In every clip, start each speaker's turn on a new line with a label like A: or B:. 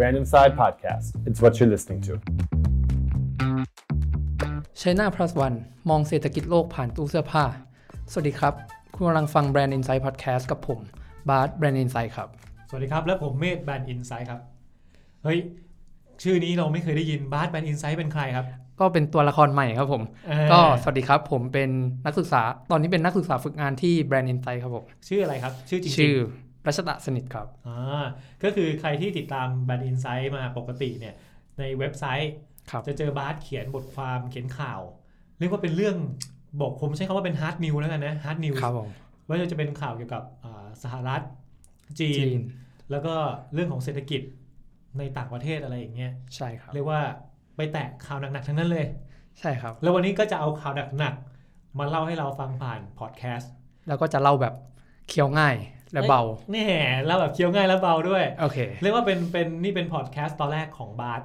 A: Random Side Podcast. It's what you're listening to.
B: China Plus One มองเศรษฐกิจโลกผ่านตู้เสื้อผ้า สวัสดีครับ คุณกำลังฟัง Brand Insight Podcast กับผม บาร์ด Brand Insight ครับ
C: สวัสดีครับ และผมเมธแบนอินไซด์ครับ เฮ้ย ชื่อนี้เราไม่เคยได้ยินบาสแบนอินไซด์เป็นใครครับ
B: ก็เป็นตัวละครใหม่ครับผม
C: เอ่อ
B: ก็สวัสดีครับ ผมเป็นนักศึกษา ตอนนี้เป็นนักศึกษาฝึกงานที่ Brand Insight ครับผม
C: ชื่ออะไรครับ ชื่อจริงๆ
B: ชื่อรัชตะสนิทครับ
C: อ่าก็คือใครที่ติดตามแบนอินไซด์มาปกติเนี่ย ในเว็บไซต์
B: ครับ
C: จะเจอบาสเขียนบทความเขียนข่าว เรียกว่าเป็นเรื่องบอกผมใช้คำว่าเป็นฮาร์ดนิวแล้วกันนะฮาร์ดนิว
B: ครับผม
C: ว่าจะเป็นข่าวเกี่ยวกับอ่าสหรัฐ จี
B: จี
C: น
B: น
C: แล้วก็เรื่องของเศรษฐกิจในต่างประเทศอะไรอย่างเงี้ย
B: ใช่ครับ
C: เรียกว่าไปแตะข่าวหนักๆทั้งนั้นเลย
B: ใช่ครับ
C: แล้ววันนี้ก็จะเอาข่าวหนักๆมาเล่าให้เราฟังผ่านพอดแคสต์
B: แล้วก็จะเล่าแบบเคี้ยวง่ายและเบา
C: แน่เล่าแบบเคี้ยวง่ายและเบาด้วย
B: โอเค
C: เรียกว่าเป็นเป็นนี่เป็นพอดแคสต์ตอนแรกของบาร์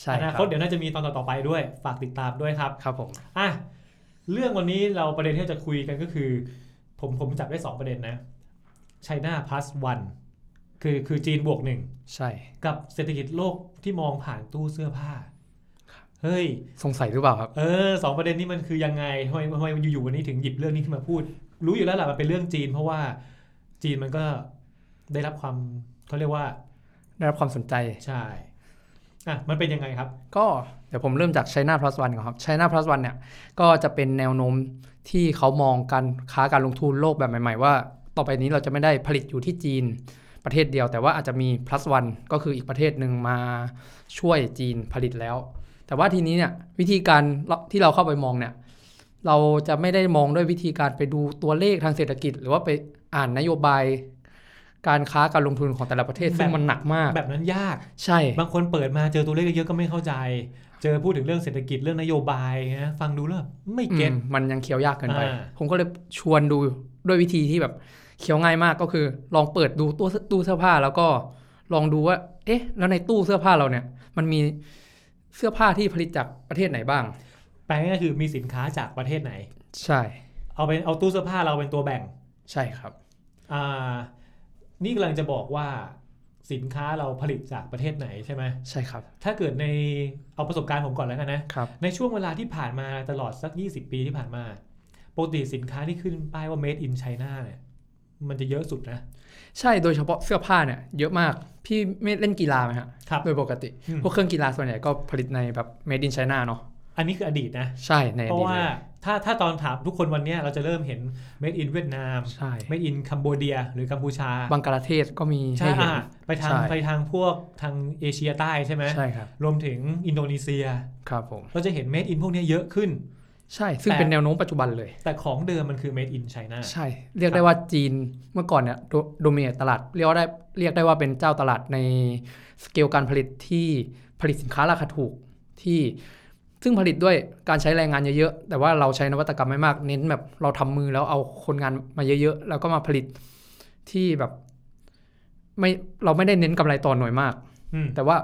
B: ใช่
C: อ
B: ค
C: นา
B: รับ
C: คตเดี๋ยวน่าจะมีตอนต่อๆไปด้วย ฝากติดตามด้วยครับ
B: ครับผม
C: อ่ะเรื่องวันนี้เราประเด็นที่เราจะคุยกันก็คือ ผมผมจับได้ 2 ประเด็นนะ China plus one คือคือจีนบวกหนึ่ง
B: ใช่
C: กับเศรษฐกิจโลกที่มองผ่านตู้เสื้อผ้า เฮ้ย
B: สงสัยหรือเปล่าครับ
C: เออสองประเด็นนี้มันคือยังไงทำไมทำไมอยู่ๆวันนี้ถึงหยิบเรื่องนี้ขึ้นมาพูด รู้อยู่แล้วแหละมันเป็นเรื่องจีน เพราะว่าจีนมันก็ได้รับความเขาเรียกว่า
B: ได้รับความสนใจ
C: ใช่อ่ะมันเป็นยังไงครับ
B: ก็เดี๋ยวผมเริ่มจาก China Plus One ก่อนครับ China Plus One เนี่ยก็จะเป็นแนวโน้มที่เขามองการค้าการลงทุนโลกแบบใหม่ ๆ ว่า ต่อไปนี้เราจะไม่ได้ผลิตอยู่ที่จีนประเทศเดียว แต่ว่าอาจจะมี plus one ก็คืออีกประเทศหนึ่งมาช่วยจีนผลิตแล้ว แต่ว่าทีนี้เนี่ยวิธีการที่เราเข้าไปมองเนี่ยเราจะไม่ได้มองด้วยวิธีการไปดูตัวเลขทางเศรษฐกิจ หรือว่าไปอ่านนโยบาย การค้าการลงทุนของแต่ละประเทศซึ่งมันหนักมาก
C: แบบนั้นยาก
B: ใช่
C: บางคนเปิดมาเจอตัวเลขเยอะๆก็ไม่เข้าใจ เจอพูดถึงเรื่องเศรษฐกิจเรื่องนโยบายนะฟังดูแล้วแบบไม่เก็ต
B: อืมมันยังเคี้ยวยากเกินไป
C: อ่า
B: ผมก็เลยชวนดูด้วยวิธีที่แบบเคี้ยวง่ายมากก็คือ ลองเปิดดูตู้ตู้เสื้อผ้าแล้วก็ลองดูว่า เอ๊ะ แล้วในตู้เสื้อผ้าเราเนี่ย มันมีเสื้อผ้าที่ผลิตจากประเทศไหนบ้าง
C: แปลง่ายๆคือมีสินค้าจากประเทศไหน
B: ใช่
C: เอาเป็นเอาตู้เสื้อผ้าเราเป็นตัวแบ่ง
B: ใช่ครับ
C: อ่า นี่กำลังจะบอกว่าสินค้าเราผลิตจากประเทศไหนใช่ไหม
B: ใช่ครับ
C: ถ้าเกิดในเอาประสบการณ์ผมก่อนแล้วกันนะ
B: ครับ
C: ในช่วงเวลาที่ผ่านมาตลอดสัก 20 ปีที่ผ่านมาปกติสินค้าที่ขึ้นป้ายว่า made in China เนี่ย มันจะเยอะสุดนะ
B: ใช่โดยเฉพาะเสื้อผ้าเนี่ยเยอะมากพี่ไม่เล่นกีฬาไหมฮะ
C: ครับ
B: โดยปกติ
C: อืม
B: พวกเครื่องกีฬาส่วนใหญ่ก็ผลิตในแบบ made in China เนาะ
C: อันนี้คืออดีตนะ
B: ใช่ในอ
C: เพราะ
B: ดีต
C: ว่า
B: เลย
C: ถ้าถ้าตอนถามทุกคนวันเนี้ยเราจะเริ่มเห็น made in เวียดนาม
B: ใช่
C: made in คัมโบเดีย หรือกัมพูชา
B: บังกลาเทศก็มี
C: ใช่
B: ให้เห็น
C: อ่ะไปทาง
B: ใช่
C: ไปทางพวกทางเอเชียใต้ใช่ไหม
B: ใช่ครับ
C: รวมถึงอินโดนีเซีย
B: ครับผม
C: เราจะเห็น made in พวกเนี้ยเยอะขึ้น
B: ใช่ซึ่ง
C: แต่
B: เป็นแนวโน้มปัจจุบันเลย
C: แต่ของเดิมมันคือ made in China
B: ใช่ เรียกได้ว่าจีนเมื่อก่อนเนี่ยโดโดเมเนตตลาดเรียกว่าได้เรียกได้ว่าเป็นเจ้าตลาดในสเกลการผลิตที่ผลิตสินค้าราคาถูกที่ซึ่งผลิตด้วยการใช้แรงงานเยอะๆ แต่ว่าเราใช้นวัตกรรมไม่มากเน้นแบบเราทำมือแล้วเอาคนงานมาเยอะๆ แล้วก็มาผลิตที่แบบไม่เราไม่ได้เน้นกำไรต่อหน่วยมาก
C: อืม
B: แต่ว่า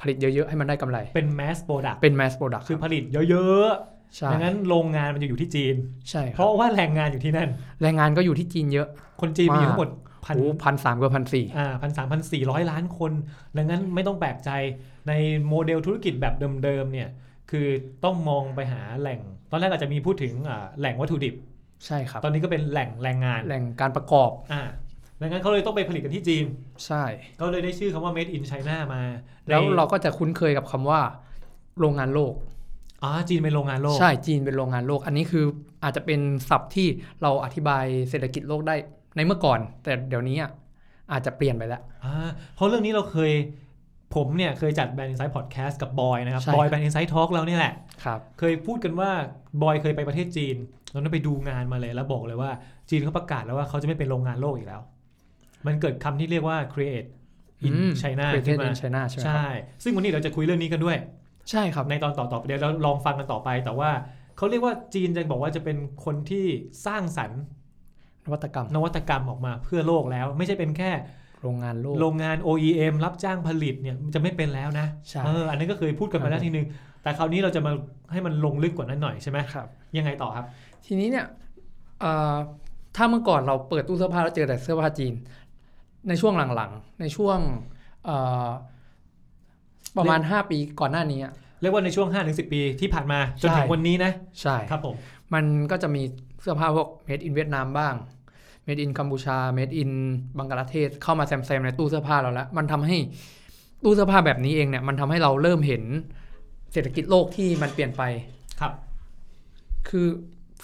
B: ผลิตเยอะๆ ให้มันได้กำไร
C: เป็น mass product
B: เป็น mass product
C: คือผลิตเยอะ
B: ใช่
C: ๆดังนั้นโรงงานมันจะอยู่ที่จีน
B: ใช่ค
C: เพ
B: รับ
C: ราะว่าแรงงานอยู่ที่นั่น
B: แรงงานก็อยู่ที่จีนเยอะ
C: คนจีนมี
B: มาก
C: ทั้งหมดพัน
B: พันสามกับพันสี่
C: อ่าพันสามพันสี่ร้อยล้านคน ดังนั้นไม่ต้องแปลกใจในโมเดลธุรกิจแบบเดิมๆเนี่ย คือต้องมองไปหาแหล่ง ตอนแรกอาจจะมีพูดถึงอ่าแหล่งวัตถุดิบ
B: ใช่ครับ
C: ตอนนี้ก็เป็นแหล่งแรงงาน
B: แหล่งการประกอบ
C: อ่าดังนั้นเขาเลยต้องไปผลิตกันที่จีน
B: ใช่
C: ก็เลยได้ชื่อคำว่า made in China มาใน
B: แล้วเราก็จะคุ้นเคยกับคำว่า โรงงานโลก
C: อ๋อจีนเป็นโรงงานโลก
B: ใช่จีนเป็นโรงงานโลก อันนี้คืออาจจะเป็นศัพท์ที่เราอธิบายเศรษฐกิจโลกได้ในเมื่อก่อน แต่เดี๋ยวนี้อ่ะอาจจะเปลี่ยนไปแล้ว
C: อ่าเพราะเรื่องนี้เราเคยผมเนี่ยเคยจัดแบรนด์อินไซต์พอดแคสต์กับบอยนะครับ
B: ใช่ครับ
C: บอยแบรนด์อินไซต์ทอล์กเราเนี่ยแหละ
B: ครับ
C: เคยพูดกันว่าบอยเคยไปประเทศจีนตอนนั้นไปดูงานมาเลยแล้วบอกเลยว่าจีนเขาประกาศแล้วว่าเขาจะไม่เป็นโรงงานโลกอีกแล้ว มันเกิดคำที่เรียกว่า create in China
B: ประเท
C: ขึ้
B: ศ
C: น
B: อิ
C: มาน
B: ไชน่าใช่ไหมครับ
C: ใช่ ซึ่งวันนี้เราจะคุยเรื่องนี้กันด้วย
B: ใช่ครับ
C: ในตอนต่อๆไปเดี๋ยวเราลองฟังกันต่อไป แต่ว่าเขาเรียกว่าจีนจะบอกว่าจะเป็นคนที่สร้างสรรค์
B: นวัตกรรม
C: นวัตกรรมออกมาเพื่อโลกแล้ว ไม่ใช่เป็นแค่
B: โรงงานโลก
C: โรงงาน OEM รับจ้างผลิตเนี่ยจะไม่เป็นแล้วนะ
B: ใช่
C: เอออันนั้นก็เคยพูดกันมาแล้วทีนึง แต่คราวนี้เราจะมาให้มันลงลึกกว่านั้นหน่อยใช่ไหม
B: ครับ
C: ยังไงต่อครับ
B: ทีนี้เนี่ยเอ่อถ้าเมื่อก่อนเราเปิดตู้เสื้อผ้าแล้วเจอแต่เสื้อผ้าจีน ในช่วงหลังๆ ในช่วงเอ่อ ประมาณ 5 ปีก่อนหน้านี้อะ
C: เรียกว่าในช่วง5้าถึงสิปีที่ผ่านมาจนถึงวันนี้นะ
B: ใช่
C: ครับผม
B: มันก็จะมีเสื้อผ้าพวก made in เวียดนามบ้าง made in กัมพูชา made in บังกลาเทศเข้ามาแซมๆในตู้เสื้อผ้าเราแล้ว มันทำให้ตู้เสื้อผ้าแบบนี้เองเนี่ยมันทำให้เราเริ่มเห็นเศรษฐกิจโลกที่มันเปลี่ยนไป
C: ครับ
B: คือ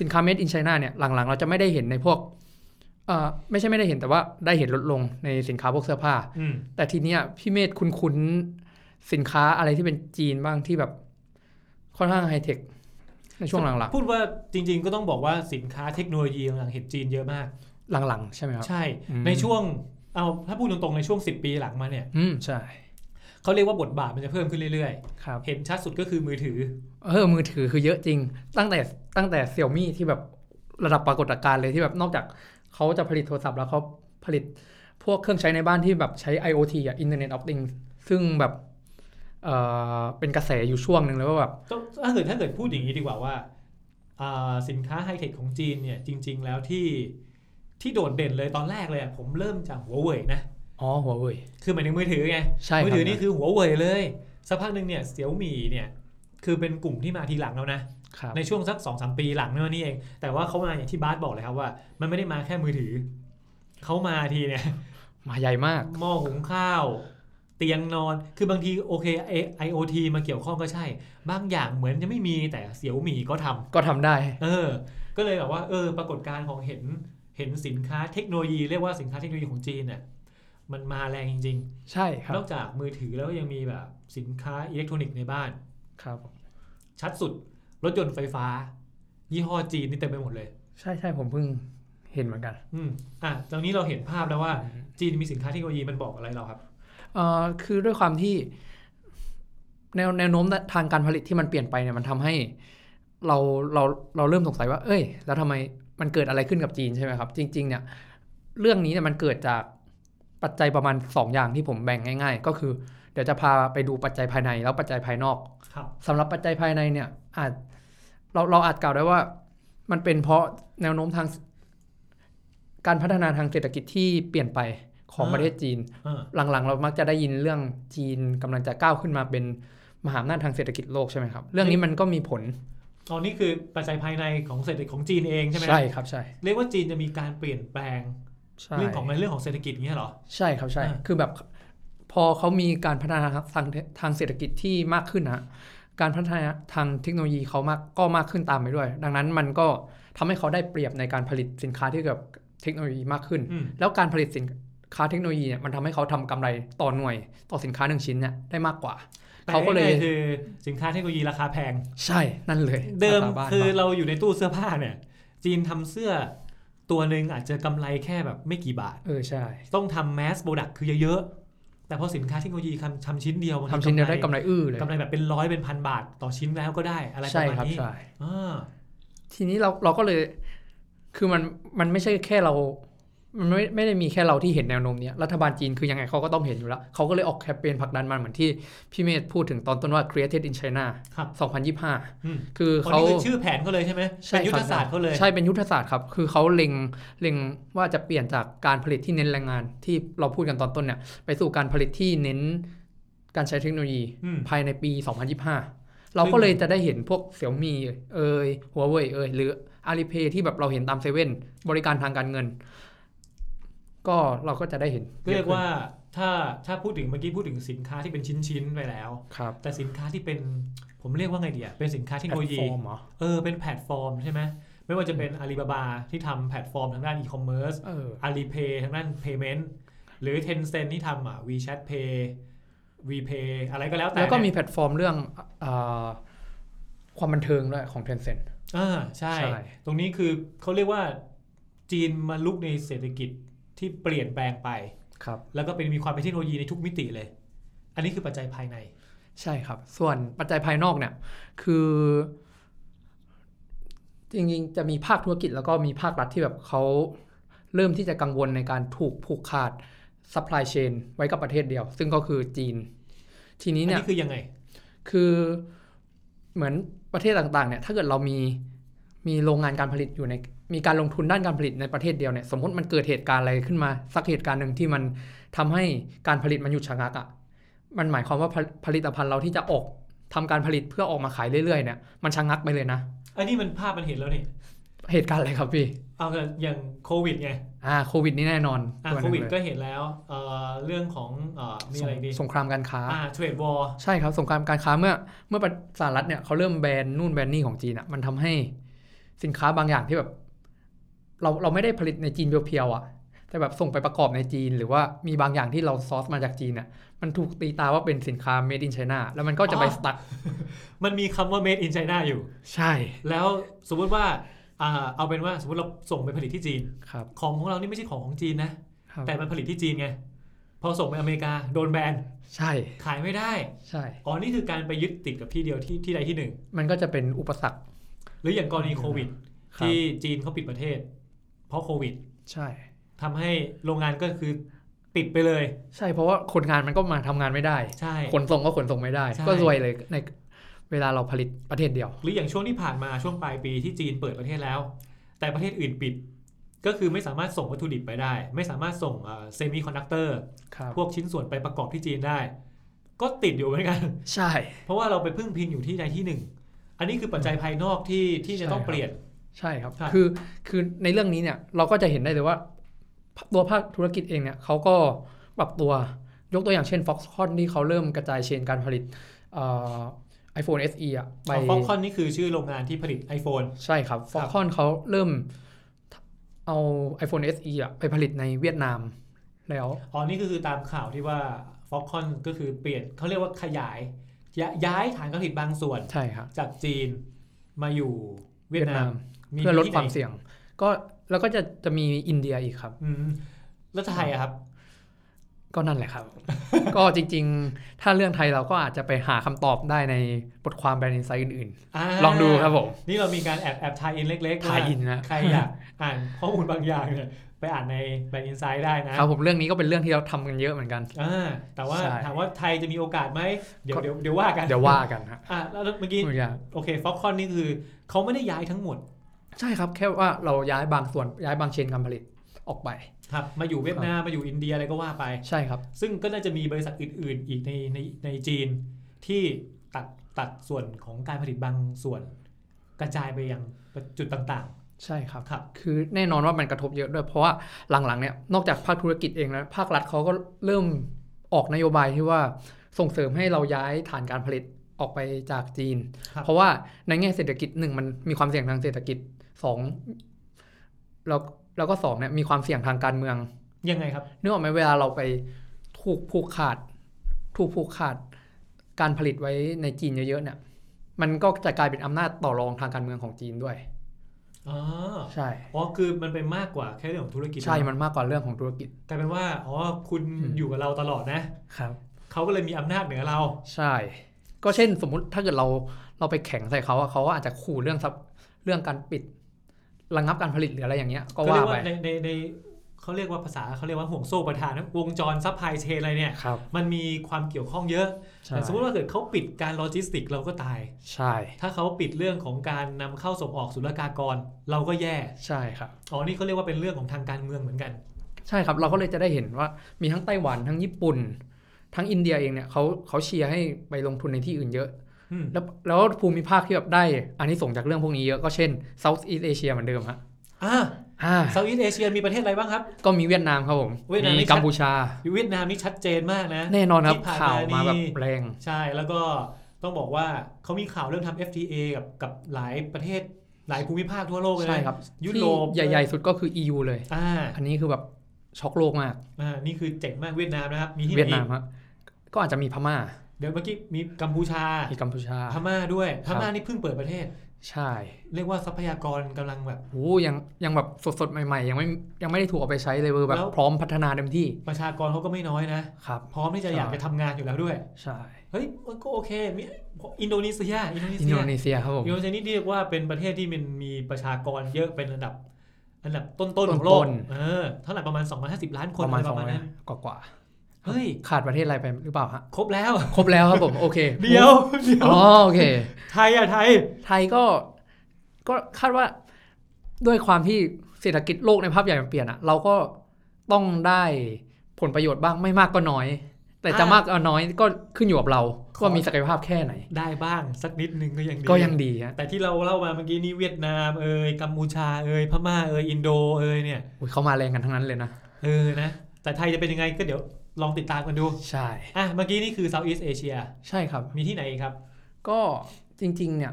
B: สินค้า made in China เนี่ยหลังๆ เราจะไม่ได้เห็นในพวกเอ่อไม่ใช่ไม่ได้เห็นแต่ว่าได้เห็นลดลงในสินค้าพวกเสื้อผ้า
C: อืม
B: แต่ทีเนี้ยพี่เมธคุ้นคุ้นๆสินค้าอะไรที่เป็นจีนบ้างที่แบบค่อนข้างไฮเทคในช่วงหลัง
C: พูดว่าจริง ๆ ก็ต้องบอกว่าสินค้าเทคโนโลยีหลังๆเห็นจีนเยอะมาก
B: ๆหลังๆ ใช่ไหมครับ
C: ใช่
B: อืม
C: ในช่วงเอาถ้าพูดตรงๆในช่วง 10 ปีหลังมาเนี่ย
B: อืมใช่
C: เขาเรียกว่าบทบาทมันจะเพิ่มขึ้นเรื่อย
B: ครับ
C: ๆ เห็นชัดสุดก็คือมือถือ
B: เออมือถือคือเยอะจริง ตั้งแต่ตั้งแต่เซี่ยมี่ที่แบบระดับปรากฏการณ์เลยที่แบบนอกจากเขาจะผลิตโทรศัพท์แล้วเขาผลิตพวกเครื่องใช้ในบ้านที่แบบใช้ IoT อ่ะ Internet of Things ซึ่งแบบเออเป็นกระแสอยู่ช่วงหนึ่งแล้วว่าแบบ
C: ต้องถ้าเกิดถ้าเกิดพูดอย่างนี้ดีกว่าว่าอ่าสินค้าไฮเทคของจีนเนี่ยจริง ๆ แล้วที่ที่โดดเด่นเลยตอนแรกเลยอะผมเริ่มจากหัวเว่ยนะ
B: อ๋อหัวเว่ย
C: คือหมายถึงมือถือไง
B: ใช่
C: มือ
B: รับ
C: ถือนี่คือหัวเว่ยเลย สักพักหนึ่งเนี่ยเสี่ยวหมี่เนี่ยคือเป็นกลุ่มที่มาทีหลังแล้วนะ
B: ครับ
C: ในช่วงสัก2อสปีหลังเนี่ยนี่เอง แต่ว่าเขามาอย่างที่บาสบอกเลยครับว่า มันไม่ได้มาแค่มือถือ เขามาทีเนี่ย
B: มาใหญ่มาก
C: หม้อหุงข้าว เตียงนอน คือบางทีโอเคไอ IoT มาเกี่ยวข้องก็ใช่ บางอย่างเหมือนจะไม่มีแต่เสี่ยวหมี่ก็ทำ
B: ก็ทำได้
C: เออ ก็เลยแบบว่า เออ ปรากฏการณ์ของเห็น เห็นสินค้าเทคโนโลยี เรียกว่าสินค้าเทคโนโลยีของจีนเนี่ยมันมาแรงจริง
B: ใช่ครั
C: ๆ
B: บ
C: นอกจากมือถือแล้วก็ยังมีแบบสินค้าอิเล็กทรอนิกส์ในบ้าน
B: ครับ
C: ชัดสุด รถยนต์ไฟฟ้า ยี่ห้อจีนนี่เต็มไปหมดเลย
B: ใช่ใช่ผมเพิ่งเห็นเหมือนกัน
C: อืมอ่ะตอนนี้เราเห็นภาพแล้วว่าจีนมีสินค้าเทคโนโลยีมันบอกอะไรเราครับ
B: เอ่อคือด้วยความที่แนวแนวโน้มทางการผลิตที่มันเปลี่ยนไปเนี่ยมันทำให้เราเราเราเริ่มสงสัยว่า เอ้ย แล้วทำไมมันเกิดอะไรขึ้นกับจีนใช่ไหมครับ จริง ๆ เนี่ย เรื่องนี้เนี่ยมันเกิดจากปัจจัยประมาณ 2 อย่างที่ผมแบ่งง่าย ๆ ก็คือ เดี๋ยวจะพาไปดูปัจจัยภายในแล้วปัจจัยภายนอก
C: ครับ
B: สำหรับปัจจัยภายในเนี่ยอาจเราเราอาจกล่าวได้ว่า มันเป็นเพราะแนวโน้มทาง การพัฒนาทางเศรษฐกิจที่เปลี่ยนไปของ
C: อ่า
B: ประเทศจีน
C: อ่า
B: หลังๆ เรามักจะได้ยินเรื่องจีนกำลังจะก้าวขึ้นมาเป็นมหาอำนาจทางเศรษฐกิจโลกใช่ไหมครับ เรื่องนี้มันก็มีผล
C: ตอนนี้คือปัจจัยภายในของเศรษฐกิจของจีนเองใช่ไหม
B: ครับใช่
C: เรียกว่าจีนจะมีการเปลี่ยนแปลง
B: ใช่
C: เรื่องของในเรื่องของเศรษฐกิจเงี้ยเหรอ
B: ใช่ครับใช่
C: อ่า
B: คือแบบพอเขามีการพัฒนาทางทางเศรษฐกิจที่มากขึ้นนะฮะการพัฒนาทางเทคโนโลยีเขามากก็มากขึ้นตามไปด้วย ดังนั้นมันก็ทำให้เขาได้เปรียบในการผลิตสินค้าที่เกี่ยวกับเทคโนโลยีมากขึ้น
C: อืม
B: แล้วการผลิตสินค้าเทคโนโลยีเนี่ยมันทำให้เขาทำกำไรต่อหน่วยต่อสินค้าหนึ่งชิ้นเนี่ยได้มากกว่า เขา
C: เขา
B: ก็
C: ก็
B: เล
C: เลย ยคือสินค้าเทคโนโลยีราคาแพง
B: ใช่นั่นเลย
C: เดิม
B: ภาษาบ้าน
C: คือ
B: บ้าง
C: เราอยู่ในตู้เสื้อผ้าเนี่ย จีนทำเสื้อตัวหนึ่งอาจจะกำไรแค่แบบไม่กี่บาท
B: เออใช่
C: ต้องทำแมสโปรดักต์คือเยอะๆ แต่พอสินค้าเทคโนโลยีทำทำชิ้นเดียวบาง
B: ทำชิ้นเดียวได้กำ
C: กำไร
B: ไรอื้อเลย
C: กำไรแบบเป็นร้อยเป็นพันบาทต่อชิ้นแล้วก็ได้อะไรป
B: ใช่
C: ระมาณ
B: ครับ
C: นี้
B: ใช่
C: อ่า
B: ทีนี้เราเราก็เลย คือมันมันไม่ใช่แค่เรา มันไม่ไม่ได้มีแค่เราที่เห็นแนวโน้มเนี้ยรัฐบาลจีนคือยังไงเขาก็ต้องเห็นอยู่แล้วเขาก็เลยออกแคมเปญผลักดันมันเหมือนที่พี่เมธพูดถึงตอนต้นว่า created in China
C: ครับ
B: 2025
C: อืม
B: คือ
C: คน
B: เขา
C: นี้คือชื่อแผนเขาเลยใช่ไหมเป็นยุทธศาสตร์เขาเลย
B: ใช่เป็นยุทธศาสตร์ครับ คือเขาเล็งเล็งว่าจะเปลี่ยนจากการผลิตที่เน้นแรงงาน ที่เราพูดกันตอนต้นเนี่ย ไปสู่การผลิตที่เน้นการใช้เทคโนโลยี
C: อืม
B: ภายในปี 2025 เราก็เลยจะได้เห็นพวกเสี่ยมีเอ่ยหัวเว่ยเอ่ยหรืออาลีเพย์ที่แบบเราเห็นตามเซเว่นบริการทางการเงิน ก็เราก็จะได้เห็น
C: เรียกว่าถ้าถ้าพูดถึงเมื่อกี้พูดถึงสินค้าที่เป็นชิ้นๆไปแล้ว
B: ครับ
C: แต่สินค้าที่เป็นผมเรียกว่าไงดีอะเป็นสินค้าเทคโนโลยี
B: แพลตฟอร์มเหรอ
C: เออเป็นแพลตฟอร์มใช่ไหมไม่ว่าจะเป็นอาลีบาบาที่ทำแพลตฟอร์มทางด้านอีคอมเมิร์ซ
B: เออ
C: อาลีเพย์ทางด้านเพย์เมนต์หรือ Tencent ที่ทำอ่ะ WeChat Pay WePay อะไรก็แล้วแต่
B: แล้วก็มี
C: เนี่ย
B: แพลตฟอร์มเรื่องอ่าความบันเทิงด้วยของ Tencent
C: อ่าใช่
B: ใช่
C: ตรงนี้คือเขาเรียกว่าจีนมาลุกในเศรษฐกิจที่เปลี่ยนแปลงไป
B: ครับ
C: แล้วก็เป็นมีความเป็นเทคโนโลยีในทุกมิติเลย อันนี้คือปัจจัยภายใน
B: ใช่ครับ ส่วนปัจจัยภายนอกเนี่ย คือ จริงๆ จะมีภาคธุรกิจแล้วก็มีภาครัฐที่แบบเขาเริ่มที่จะกังวลในการถูกผูกขาด supply chain ไว้กับประเทศเดียว ซึ่งก็คือจีน ที
C: อั
B: นี้
C: น
B: เนี่ย
C: นี้คือยังไง
B: คือเหมือนประเทศต่างๆเนี่ยถ้าเกิดเรามีมีโรงงานการผลิตอยู่ในมีการลงทุนด้านการผลิตในประเทศเดียวเนี่ยสมมติมันเกิดเหตุการณ์อะไรขึ้นมา สักเหตุการณ์หนึ่งที่มันทำให้การผลิตมันหยุดชะงักอะ่ะ มันหมายความว่าผลผลิตภัณฑ์เราที่จะออกทำการผลิตเพื่อออกมาขายเรื่อยๆเนี่ยมันชะงักไปเลยนะ
C: อันนี้มันภาพมันเห็นแล้วนี่
B: เหตุการณ์อะไรครับพี่
C: เอาแต่อย่างโควิดไง
B: อ่าโควิดนี่แน่นอน
C: อ่ะ
B: ตัวห
C: โค
B: นึ่ง
C: วิด
B: เลย
C: ก็เห็นแล้วเอ่อเรื่องของเอ่อมี
B: ส
C: อะ
B: ง
C: ไรดี
B: สงครามการค้า
C: อ่าเทรดวอร์
B: ใช่ครับสงครามการค้าเมื่อเมื่อประสหรัฐเนี่ยเขาเริ่มแบนนู่นแบนนี่ของจีนอะ่ะมันทำให้สินค้าบางอย่างที่แบบ เราเราไม่ได้ผลิตในจีนเพียวๆอะ่ะ แต่แบบส่งไปประกอบในจีน หรือว่ามีบางอย่างที่เราซอร์สมาจากจีนอะ่ะมันถูกตีตาว่าเป็นสินค้า made in China แล้วมันก็จะไปสตั๊ก
C: มันมีคำว่า made in China อยู่
B: ใช่
C: แล้วสมมติว่าอ่าเอาเป็นว่าสมมติเราส่งไปผลิตที่จีน
B: ครับ
C: ของของเรานี่ไม่ใช่ของของจีนนะ
B: ครับ
C: แต่มันผลิตที่จีนไง พอส่งไปอเมริกาโดนแบน
B: ใช่
C: ขายไม่ได้
B: ใช่
C: อ๋อ นี่คือการไปยึดติดกับที่เดียวที่ที่ใดที่หนึ่ง
B: มันก็จะเป็นอุปสรรค
C: หรืออย่างกรณีโควิด
B: ครับ
C: ที่จีนเขาปิดประเทศ เพราะโควิด
B: ใช่
C: ทำให้โรงงานก็คือปิดไปเลย
B: ใช่เพราะว่าคนงานมันก็มาทำงานไม่ได้
C: ใช่
B: ขนส่งก็ขนส่งไม่ได้
C: ใช่
B: ก็รวยเลยในเวลาเราผลิตประเทศเดียว
C: หรืออย่างช่วงที่ผ่านมาช่วงปลายปีที่จีนเปิดประเทศแล้ว แต่ประเทศอื่นปิด ก็คือไม่สามารถส่งวัตถุดิบไปได้ ไม่สามารถส่งเซมิคอนดักเตอร์
B: ครับ
C: พวกชิ้นส่วนไปประกอบที่จีนได้ ก็ติดอยู่เหมือนกัน
B: ใช่
C: เพราะว่าเราไปพึ่งพิงอยู่ที่ใดที่หนึ่ง อันนี้คือปัจจัยภายนอกที่ที่จะต้อ
B: ใช่ค
C: ง
B: รับ
C: เปลี่ยน
B: ใช่ครับ
C: ครับ
B: คือ คือในเรื่องนี้เนี่ย เราก็จะเห็นได้เลยว่า ตัวภาคธุรกิจเองเนี่ยเขาก็ปรับตัว ยกตัวอย่างเช่น Foxconn ที่เขาเริ่มกระจายเชนการผลิตไอโฟนเอ SE อ่ะไป
C: ฟองคอนนี่คือชื่อโรงงานที่ผลิต iPhone
B: ใช่ครับ Foxconn เขาเริ่มเอา iPhone SE อ่ะไปผลิตในเวียดนามแล้ว
C: อ๋อ นี่ก็คือตามข่าวที่ว่าฟองคอนก็คือเปลี่ยนเขาเรียกว่าขยายยย้ายฐานการผลิตบางส่วน
B: ใช่ครับ
C: จากจีนมาอยู่เวียดนาม
B: เพื่อลด
C: ที่ไหน
B: ความเสี่ยง ก็ แล้วก็จะ จะมีอินเดียอีกครับ
C: อืมแล้วไทยอะครับ
B: ก็นั่นแหละครับ ก็จริง ๆ ถ้าเรื่องไทยเราก็อาจจะไปหาคำตอบได้ในบทความแบรนด์อินไซต์อื่น
C: า
B: ๆ ลองดูครับผม
C: นี่เรามีการแอบแอบทายอินเล็กๆว่า
B: tie in นะ
C: ใครอยากอ่านข้อมูลบางอย่างเนี่ยไปอ่านในแบนอินไซด์ได้นะครับ
B: ผมเรื่องนี้ก็เป็นเรื่องที่เราทำกันเยอะเหมือนกัน
C: อ่าแต่ว่า
B: ใช่
C: ถามว่าไทยจะมีโอกาสไหมเดี๋ยวเดี๋ยวเดี๋ยวว่ากัน
B: เดี๋ยวว่ากันฮะ
C: อ่าแล้วเมื่อกี้
B: คุณยา
C: โอเคฟ็อกคอนนี่คือเขาไม่ได้ย้ายทั้งหมด
B: ใช่ครับแค่ว่าเราย้ายบางส่วนย้ายบางเชนการผลิตออกไป
C: ครับมาอยู่เวียดนามมาอยู่อินเดียอะไรก็ว่าไป
B: ใช่ครับ
C: ซึ่งก็น่าจะมีบริษัทอื่น ๆ อีกในในในจีนที่ตัดตัดส่วนของการผลิตบางส่วน กระจายไปยังจุดต่าง
B: ใช่ครับ
C: ครับ
B: คือแน่นอนว่ามันกระทบเยอะด้วยเพราะว่าหลังๆเนี่ยนอกจากภาคธุรกิจเองแล้วภาครัฐเขาก็เริ่มออกนโยบายที่ว่าส่งเสริมให้เราย้ายฐานการผลิตออกไปจากจีน
C: ครับ
B: เพราะว่าในแง่เศรษฐกิจหนึ่งมันมีความเสี่ยงทางเศรษฐกิจสองแล้วแล้วก็สองเนี่ยมีความเสี่ยงทางการเมือง
C: ๆ ยังไงครับ
B: นึกออกไหมเวลาเราไปถูกผูกขาด ถูกผูกขาดการผลิตไว้ในจีนเยอะๆเนี่ย มันก็จะกลายเป็นอำนาจต่อรองทางการเมืองของจีนด้วย
C: อ๋อ
B: ใช่
C: อ๋อ คือมันเป็นมากกว่าแค่เรื่องของธุรกิจ
B: ใช่มันมากกว่าเรื่องของธุรกิจ
C: กลายเป็นว่า อ๋อ คุณ
B: อืม
C: อยู่กับเราตลอดนะ
B: ครับ
C: เขาก็เลยมีอำนาจเหนือเรา
B: ใช่ ก็เช่นสมมุติถ้าเกิดเราเราไปแข่งใส่เขาอะเขาก็อาจจะขู่เรื่องซับเรื่องการปิดระงับการผลิตหรืออะไรอย่างเงี้ย ก็
C: ก็เรี
B: ว่ายไป
C: กว่าในในในเขาเรียกว่าภาษาเขาเรียกว่าห่วงโซ่ประทานนะวงจรซัพพลายเชนอะไรเนี่ย
B: ครับ
C: มันมีความเกี่ยวข้องเยอะ
B: ใช่
C: แต่สมมติว่าเกิดเขาปิดการโลจิสติกเราก็ตาย
B: ใช่
C: ถ้าเขาปิดเรื่องของการนำเข้าส่งออกศุลกากร เราก็แย่
B: ใช่ครับ
C: อ๋อ นี่เขาเรียกว่าเป็นเรื่องของทางการเมืองเหมือนกัน
B: ใช่ครับ เราก็เลยจะได้เห็นว่ามีทั้งไต้หวันทั้งญี่ปุ่น ทั้งอินเดียเองเนี่ยเขาเขาเชียร์ให้ไปลงทุนในที่อื่นเยอะ
C: อืม
B: แล้วแล้วภูมิภาคที่แบบได้อันนี้ส่งส์จากเรื่องพวกนี้เยอะก็เช่น Southeast Asia เหมือนเดิมฮะ
C: อ่า
B: อ่า
C: เซาท์อีสเอเชียมีประเทศอะไรบ้างครับ
B: ก็มีเวียดนามครับผม
C: เวียดนามนี่
B: มี
C: ชัด
B: กัมพูชา
C: เวียดนามนี่ชัดเจนมากนะ
B: แน่นอนครับ
C: ที่ผ่าน
B: ข่าวมาแบบ
C: มานี่
B: แรง
C: ใช่ แล้วก็ต้องบอกว่าเขามีข่าวเรื่องทำ FTA กับกับหลายประเทศหลายภูมิภาคทั่วโลกเลย
B: ใช่
C: นะ
B: ครับ
C: ยุโรป
B: ที่ใหญ่ ๆ สุดก็คือ EU เลย
C: อ่า
B: อันนี้คือแบบช็อกโลกมาก
C: อ่า นี่คือเจ๋งมากเวียดนามนะครับ มีที่ไหน
B: เวียดนา
C: อี
B: ม
C: ก
B: ฮะก็อาจจะมีพม่า
C: เดี๋ยวเมื่อกี้มีกัมพูชา
B: มีกัมพูชา
C: พม่าด้วย พ
B: ครับ
C: ม่านี่เพิ่งเปิดประเทศ
B: ใช่
C: เรียกว่าทรัพยากรกำลังแบบ
B: โอ้ยังยังแบบสดๆ ใหม่ๆ ยังไม่ยังไม่ได้ถูกเอาไปใช้เลยเวอร์แบ
C: แล้
B: บ
C: ว
B: พร้อมพัฒนาเต็มที่
C: ประชากรเขาก็ไม่น้อยนะ
B: ครับ
C: พร้อมที่จะ
B: ใช่
C: อยากจะทำงานอยู่แล้วด้วย
B: ใช่
C: เฮ้ยมันก็โอเคมีอินโดนีเซีย อินโดนี
B: อิน
C: เซี
B: โด
C: ย
B: นีเซียครับผม
C: อินโดนีเซียนี่เรียกว่าเป็นประเทศที่มันมีประชากรเยอะเป็นอันดับ อันดับต้นๆของโลก
B: ต้น
C: เออ เท่าไหร่ประมาณ 250 ล้านคน
B: ประมาณ
C: อไ
B: สองร้อย
C: นั้น
B: กว่า
C: เฮ้ย
B: ๆขาดประเทศอะไรไปหรือเปล่าฮะ
C: ครบ แล้ว
B: ครบแล้วครับผมโอเค
C: เดียวเดียว
B: อ๋อโอเค
C: ไทยอ่ะไทย
B: ไทยก็ก็คาดว่าด้วยความที่เศรษฐกิจโลกในภาพใหญ่มันเปลี่ยนอะเราก็ต้องได้ผลประโยชน์บ้างไม่มากก็น้อย แต่จะมากเอาน้อยก็ขึ้นอยู่กับเราว่ามีศักยภาพแค่ไหน
C: ได้บ้างสักนิดนึงก็ยังดี
B: ก็ยังดีฮะ
C: แต่ที่เราเล่ามาเมื่อกี้นี้เวียดนามเอ่ยกัมพูชาเอ่ยพม่าเอ่ยอินโดเอ่ยเนี่ย
B: อุ๊ยเขามาแรงกันทั้งนั้นเลยนะ
C: เออนะแต่ไทยจะเป็นยังไงก็เดี๋ยวลองติดตามกันดู
B: ใช่
C: อ่ะเมื่อกี้นี่คือ Southeast Asia
B: ใช่ครับ
C: มีที่ไหนอีกครับ
B: ก็จริง ๆ เนี่ย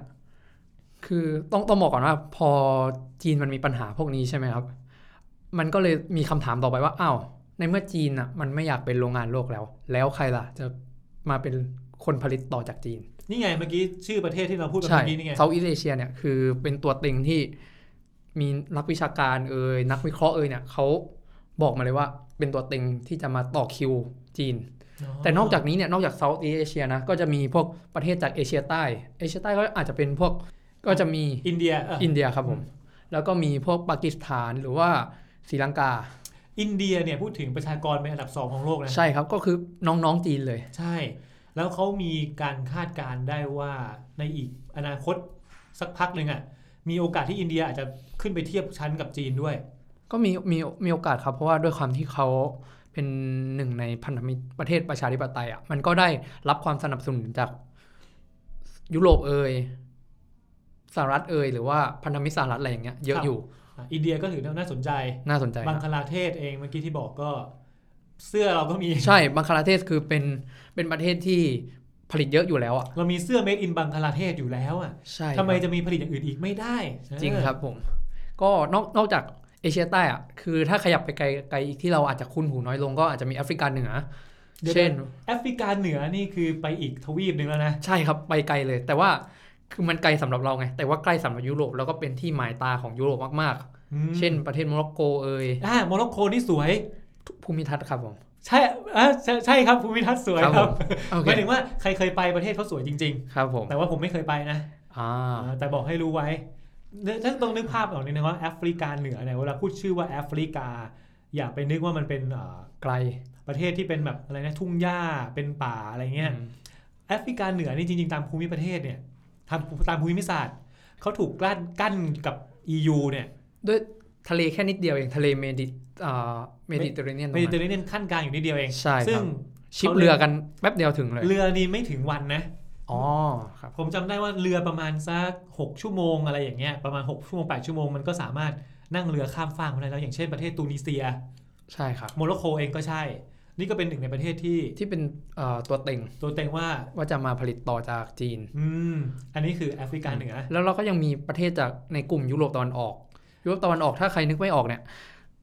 B: คือต้องต้องบอกก่อนว่า พอจีนมันมีปัญหาพวกนี้ใช่ไหมครับ มันก็เลยมีคำถามต่อไปว่าอ้าวในเมื่อจีนอ่ะมันไม่อยากเป็นโรงงานโลกแล้ว แล้วใครล่ะจะมาเป็นคนผลิตต่อจากจีน
C: นี่ไงเมื่อกี้ชื่อประเทศที่เราพูดไป
B: ใช่
C: เมื่อกี้นี่ไง
B: เซาท์อีสเอเชียเนี่ยคือเป็นตัวเต็งที่มีนักวิชาการเอ่ยนักวิเคราะห์เอ่ยเนี่ยเขาบอกมาเลยว่าเป็นตัวเต็งที่จะมาต่อคิวจีน แต่นอกจากนี้เนี่ยนอกจากเซาท์อีสเอเชียนะก็จะมีพวกประเทศจากเอเชียใต้ เอเชียใต้ก็อาจจะเป็นพวกก็จะมี
C: อินเดียเอ่ออ
B: อินเดียครับผม แล้วก็มีพวกปากีสถานหรือว่าศรีลังกา
C: อินเดียเนี่ยพูดถึงประชากรเป็นอันดับสองของโลกนะ
B: ใช่ครับก็คือน้องๆจีนเลย
C: ใช่ แล้วเขามีการคาดการณ์ได้ว่าในอีกอนาคตสักพักหนึ่งอ่ะ มีโอกาสที่อินเดียอาจจะขึ้นไปเทียบชั้นกับจีนด้วย
B: ก็มีมีมีโอกาสครับ เพราะว่าด้วยความที่เขาเป็นหนึ่งในพันธมิตรประเทศประชาธิปไตยอ่ะมันก็ได้รับความสนับสนุนจากยุโรปเอยสหรัฐเอยหรือว่าพันธมิตรสหรัฐอะไรอย่างเงี้ยเย
C: ค
B: อะ
C: รับ
B: อยู่
C: อ่ะอินเดียก็ถือว่าน่าสนใจ
B: น่าสนใจ
C: บัง
B: นะ
C: คลาเทศเองเมื่อกี้ที่บอกก็ เสื้อเราก็มี
B: ใช่บังคลาเทศคือเป็นเป็นประเทศที่ผลิตเยอะอยู่แล้วอ่ะ
C: เรามีเสื้อ made in บังคลาเทศอยู่แล้วอ่ะ
B: ใช่
C: ทำไม
B: ครับ
C: จะมีผลิตอย่างอื่นอีกไม่ได้
B: จริงครับผม ก็นอกนอกจากเอเชียใต้อ่ะคือถ้าขยับไปไกลไกลอีกที่เราอาจจะคุ้นหูน้อยลงก็อาจจะมีแอฟริกาเหนือ
C: เดี๋ยว
B: เช่น
C: แอฟริกาเหนือนี่คือไปอีกทวีปหนึ่งแล้วนะ
B: ใช่ครับไปไกลเลย แต่ว่าคือมันไกลสำหรับเราไง แต่ว่าใกล้สำหรับยุโรปแล้วก็เป็นที่หมายตาของยุโรปมาก
C: อืม
B: ๆ เช่นประเทศโมร็อกโกเอย
C: อ่าโมร็อกโกนี่สวย
B: ภูมิทัศน์ครับผม
C: ใช่อ่ะใช่ใช่ครับภูมิทัศน์สวย
B: ครับผ
C: ครับ
B: ม โอ
C: ห
B: เค
C: มายถึงว่าใครเคยไปประเทศเขาสวยจริง
B: ครับผม
C: ๆ แต่ว่าผมไม่เคยไปนะ
B: อ่า
C: อ่าแต่บอกให้รู้ไว้เนี่ยถ้าต้องนึกภาพออกนิดนึงว่าแอฟริกาเหนือเนี่ยเวลาพูดชื่อว่าแอฟริกา อย่าไปนึกว่ามันเป็นเอ่อ
B: ไกล
C: ประเทศที่เป็นแบบอะไรนะทุ่งหญ้าเป็นป่าอะไรเงี้ย
B: อืม
C: แอฟริกาเหนือนี่จริงๆ ตามภูมิประเทศเนี่ยตามตามภูมิศาสตร์เขาถูกกลั้นกั้นกับ EU เนี่ย
B: ด้วยทะเลแค่นิดเดียวเองทะเลเมดิอ่าเมดิเตอร์เรเนียนตร
C: เม
B: ง
C: ดิเตอ
B: นั้น
C: ร์เรเนียนขั้นกลางอยู่นิดเดียวเอง
B: ใช่ครับ
C: ซึ่ง
B: ชิปเรือกันแป๊บเดียวถึงเลย
C: เรือนี่ไม่ถึงวันนะ
B: อ๋อครับ
C: ผมจำได้ว่าเรือประมาณสัก 6 ชั่วโมงอะไรอย่างเงี้ยประมาณ6ชั่วโมง8ชั่วโมงมันก็สามารถนั่งเรือข้ามฟากมาได้แล้วอย่างเช่นประเทศตูนิเซีย
B: ใช่ครับ
C: โมร็อกโกเองก็ใช่ นี่ก็เป็นหนึ่งในประเทศที่
B: ที่เป็นเอ่อตัวเต็ง
C: ตัวเต็งว่า
B: ว่าจะมาผลิตต่อจากจีน
C: อืม อันนี้คือแอฟริกาเหนือ
B: แล้วเราก็ยังมีประเทศจากในกลุ่มยุโรปตะวันออก ยุโรปตะวันออกถ้าใครนึกไม่ออกเนี่ย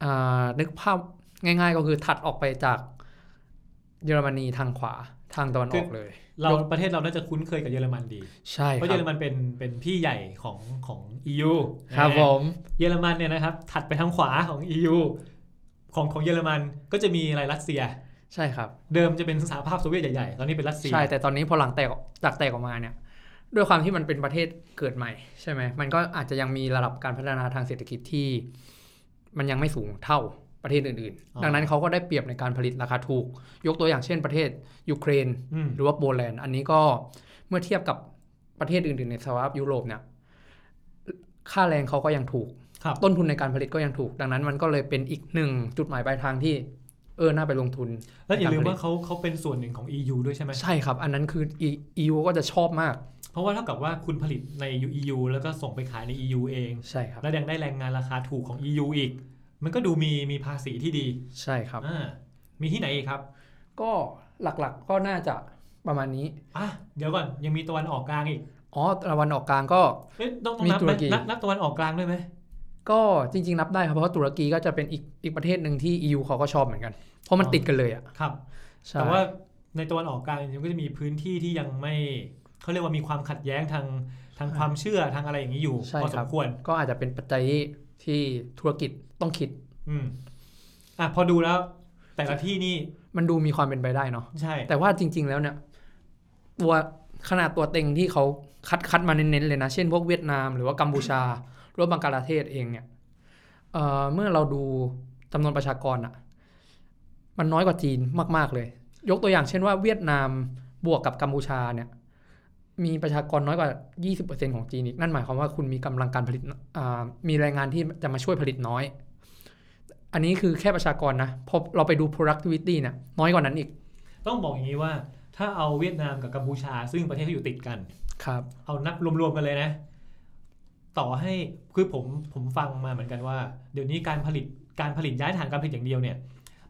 B: อ่านึกภาพง่าย ๆ ก็คือถัดออกไปจากเยอรมนีทางขวาทางตะวันออกเลย
C: เราประเทศเราน่าจะคุ้นเคยกับเยอรมันดี
B: ใช่ครั
C: เพราะเยอร
B: บ
C: มันเป็นเป็นพี่ใหญ่ของของ EU
B: ครับ
C: นะ
B: ผ
C: ฮะ
B: ม
C: เยอรมันเนี่ยนะครับ ถัดไปทางขวาของ EU ของของเยอรมันก็จะมีอะไรรัสเซีย
B: ใช่ครับ
C: เดิมจะเป็นสหภาพโซเวียตใหญ่ๆ ตอนนี้เป็นรัสเซีย
B: ใช่แต่ตอนนี้พอหลังแตกออกจากแตกออกมาเนี่ย ด้วยความที่มันเป็นประเทศเกิดใหม่ใช่ไหมมันก็อาจจะยังมีระดับการพัฒนาทางเศรษฐกิจที่ มันยังไม่สูงเท่าประเทศอื่น
C: อ๋อ
B: ๆ ดังนั้นเขาก็ได้เปรียบในการผลิตราคาถูก ยกตัวอย่างเช่นประเทศยูเครน
C: อืม
B: หรือว่าโปแลนด์อันนี้ก็เมื่อเทียบกับประเทศอื่น ๆ ในสภาพยุโรปเนี่ยค่าแรงเขาก็ยังถูก
C: ครับ
B: ต้นทุนในการผลิตก็ยังถูก ดังนั้นมันก็เลยเป็นอีกหนึ่งจุดหมายปลายทางที่เออน่าไปลงทุน
C: แล้วอย่าลืม
B: การผลิต
C: ว่าเขาเขาเป็นส่วนหนึ่งของ EU ด้วยใช่ไหม
B: ใช่ครับ อันนั้นคือ EU ก็จะชอบมาก
C: เพราะว่าเท่ากับว่าคุณผลิตใน EU แล้วก็ส่งไปขายใน EU เอง
B: ใช่ครับ
C: แล้วยังได้แรงงานราคาถูกของ EU อีก มันก็ดูมีมีภาษีที่ดี
B: ใช่ครับ
C: อ่ามีที่ไหนอีกครับ
B: ก็หลักๆก็น่าจะประมาณนี้
C: อ่ะเดี๋ยวก่อนยังมีตะวันออกกลางอีก
B: อ๋อตะวันออกกลางก็
C: เอ๊ะต้องต้อง
B: มี
C: นับ
B: ตุ
C: ไหม
B: รกี
C: นับนับตะวันออกกลางด้วยไหม
B: ก็จริง ๆ นับได้ครับเพราะว่าตุรกีก็จะเป็นอีกอีกประเทศหนึ่งที่ EU เขาก็ชอบเหมือนกัน เพราะมันติดกันเลยอ่ะ
C: ครับ
B: ใช่
C: แต่ว่าในตะวันออกกลางมันก็จะมีพื้นที่ที่ยังไม่เขาเรียกว่ามีความขัดแย้งทางทางความเชื่อทางอะไรอย่างนี้อยู่
B: ใช่
C: พอ
B: ค
C: ส
B: รับ
C: มควร
B: ก็อาจจะเป็นปัจจัยที่ธุรกิจต้องคิด
C: อืมอ่ะพอดูแล้ว แต่ละที่นี่
B: มันดูมีความเป็นไปได้เนาะ
C: ใช่
B: แต่ว่าจริง ๆ แล้วเนี่ยตัวขนาดตัวเต็งที่เขาคัดคัดมาเน้นๆเลยนะ เช่นพวกเวียดนามหรือว่ากัมพูชาหรือว่าบังกลาเทศเองเนี่ยเอ่อเมื่อเราดูจำนวนประชากรอะมันน้อยกว่าจีนมาก ๆเลย ยกตัวอย่างเช่นว่าเวียดนามบวกกับกัมพูชาเนี่ย มีประชากรน้อยกว่า 20%ของจีนอีกนั่นหมายความว่าคุณมีกำลังการผลิตอ่ามีแรงงานที่จะมาช่วยผลิตน้อย อันนี้คือแค่ประชากรนะพอเราไปดู productivity เนี่ยน้อยกว่านั้นอีก
C: ต้องบอกอย่างนี้ว่า ถ้าเอาเวียดนามกับกัมพูชา ซึ่งประเทศเขาอยู่ติดกัน
B: ครับ
C: เอานับรวมๆกันเลยนะ ต่อให้คือผมผมฟังมาเหมือนกันว่า เดี๋ยวนี้การผลิตการผลิตย้ายฐานการผลิตอย่างเดียวเนี่ย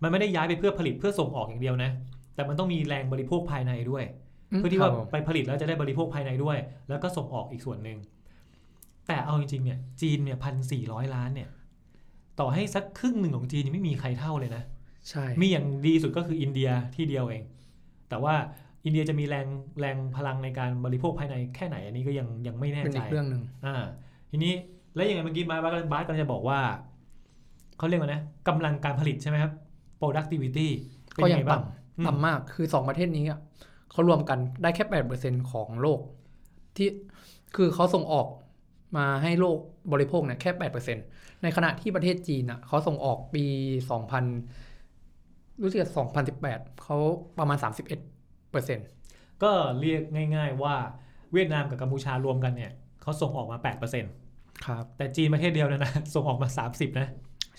C: มันไม่ได้ย้ายไปเพื่อผลิตเพื่อส่งออกอย่างเดียวนะ แต่มันต้องมีแรงบริโภคภายในด้วย เพื่อที่ว่าไปผลิตแล้วจะได้บริโภคภายในด้วย แล้วก็ส่งออกอีกส่วนหนึ่ง แต่เอาจริงๆเนี่ย จีนเนี่ยพันสี่ร้อยล้านเนี่ย ต่อให้สักครึ่งหนึ่งของจีนยังไม่มีใครเท่าเลยนะ
B: ใช่
C: มีอย่างดีสุดก็คืออินเดียที่เดียวเอง แต่ว่าอินเดียจะมีแรงแรงพลังในการบริโภคภายในแค่ไหนอันนี้ก็ยังยังไม่แน่
B: เป็น
C: ใจ
B: อีกเรื่องหนึ่ง
C: อ่า ทีนี้แล้วยังไงเมื่อกี้บาสบาสบาสกำลังจะบอกว่า เขาเรียกว่านะกำลังการผลิตใช่ไหมครับ productivity เป็น
B: ก็
C: ยั
B: ยังง
C: ไงบ้า
B: ต
C: ง
B: ่ำต่ำมากคือสองประเทศนี้อะเขารวมกันได้แค่แปดเปอร์เซ็นของโลก ที่คือเขาส่งออกมาให้โลกบริโภคเนี่ยแค่แปดเปอร์เซ็นในขณะที่ประเทศจีนอ่ะเขาส่งออกปีสองพันรู้สึกสองพันสิบแปดเขาประมาณสามสิบเอ็ดเปอร์เซ็น
C: ก็เรียกง่าย ๆ ว่าเวียดนามกับกัมพูชารวมกันเนี่ยเขาส่งออกมา 8%
B: ครับ
C: แต่จีนประเทศเดียวเนยนะ ส่งออกมา 30 นะ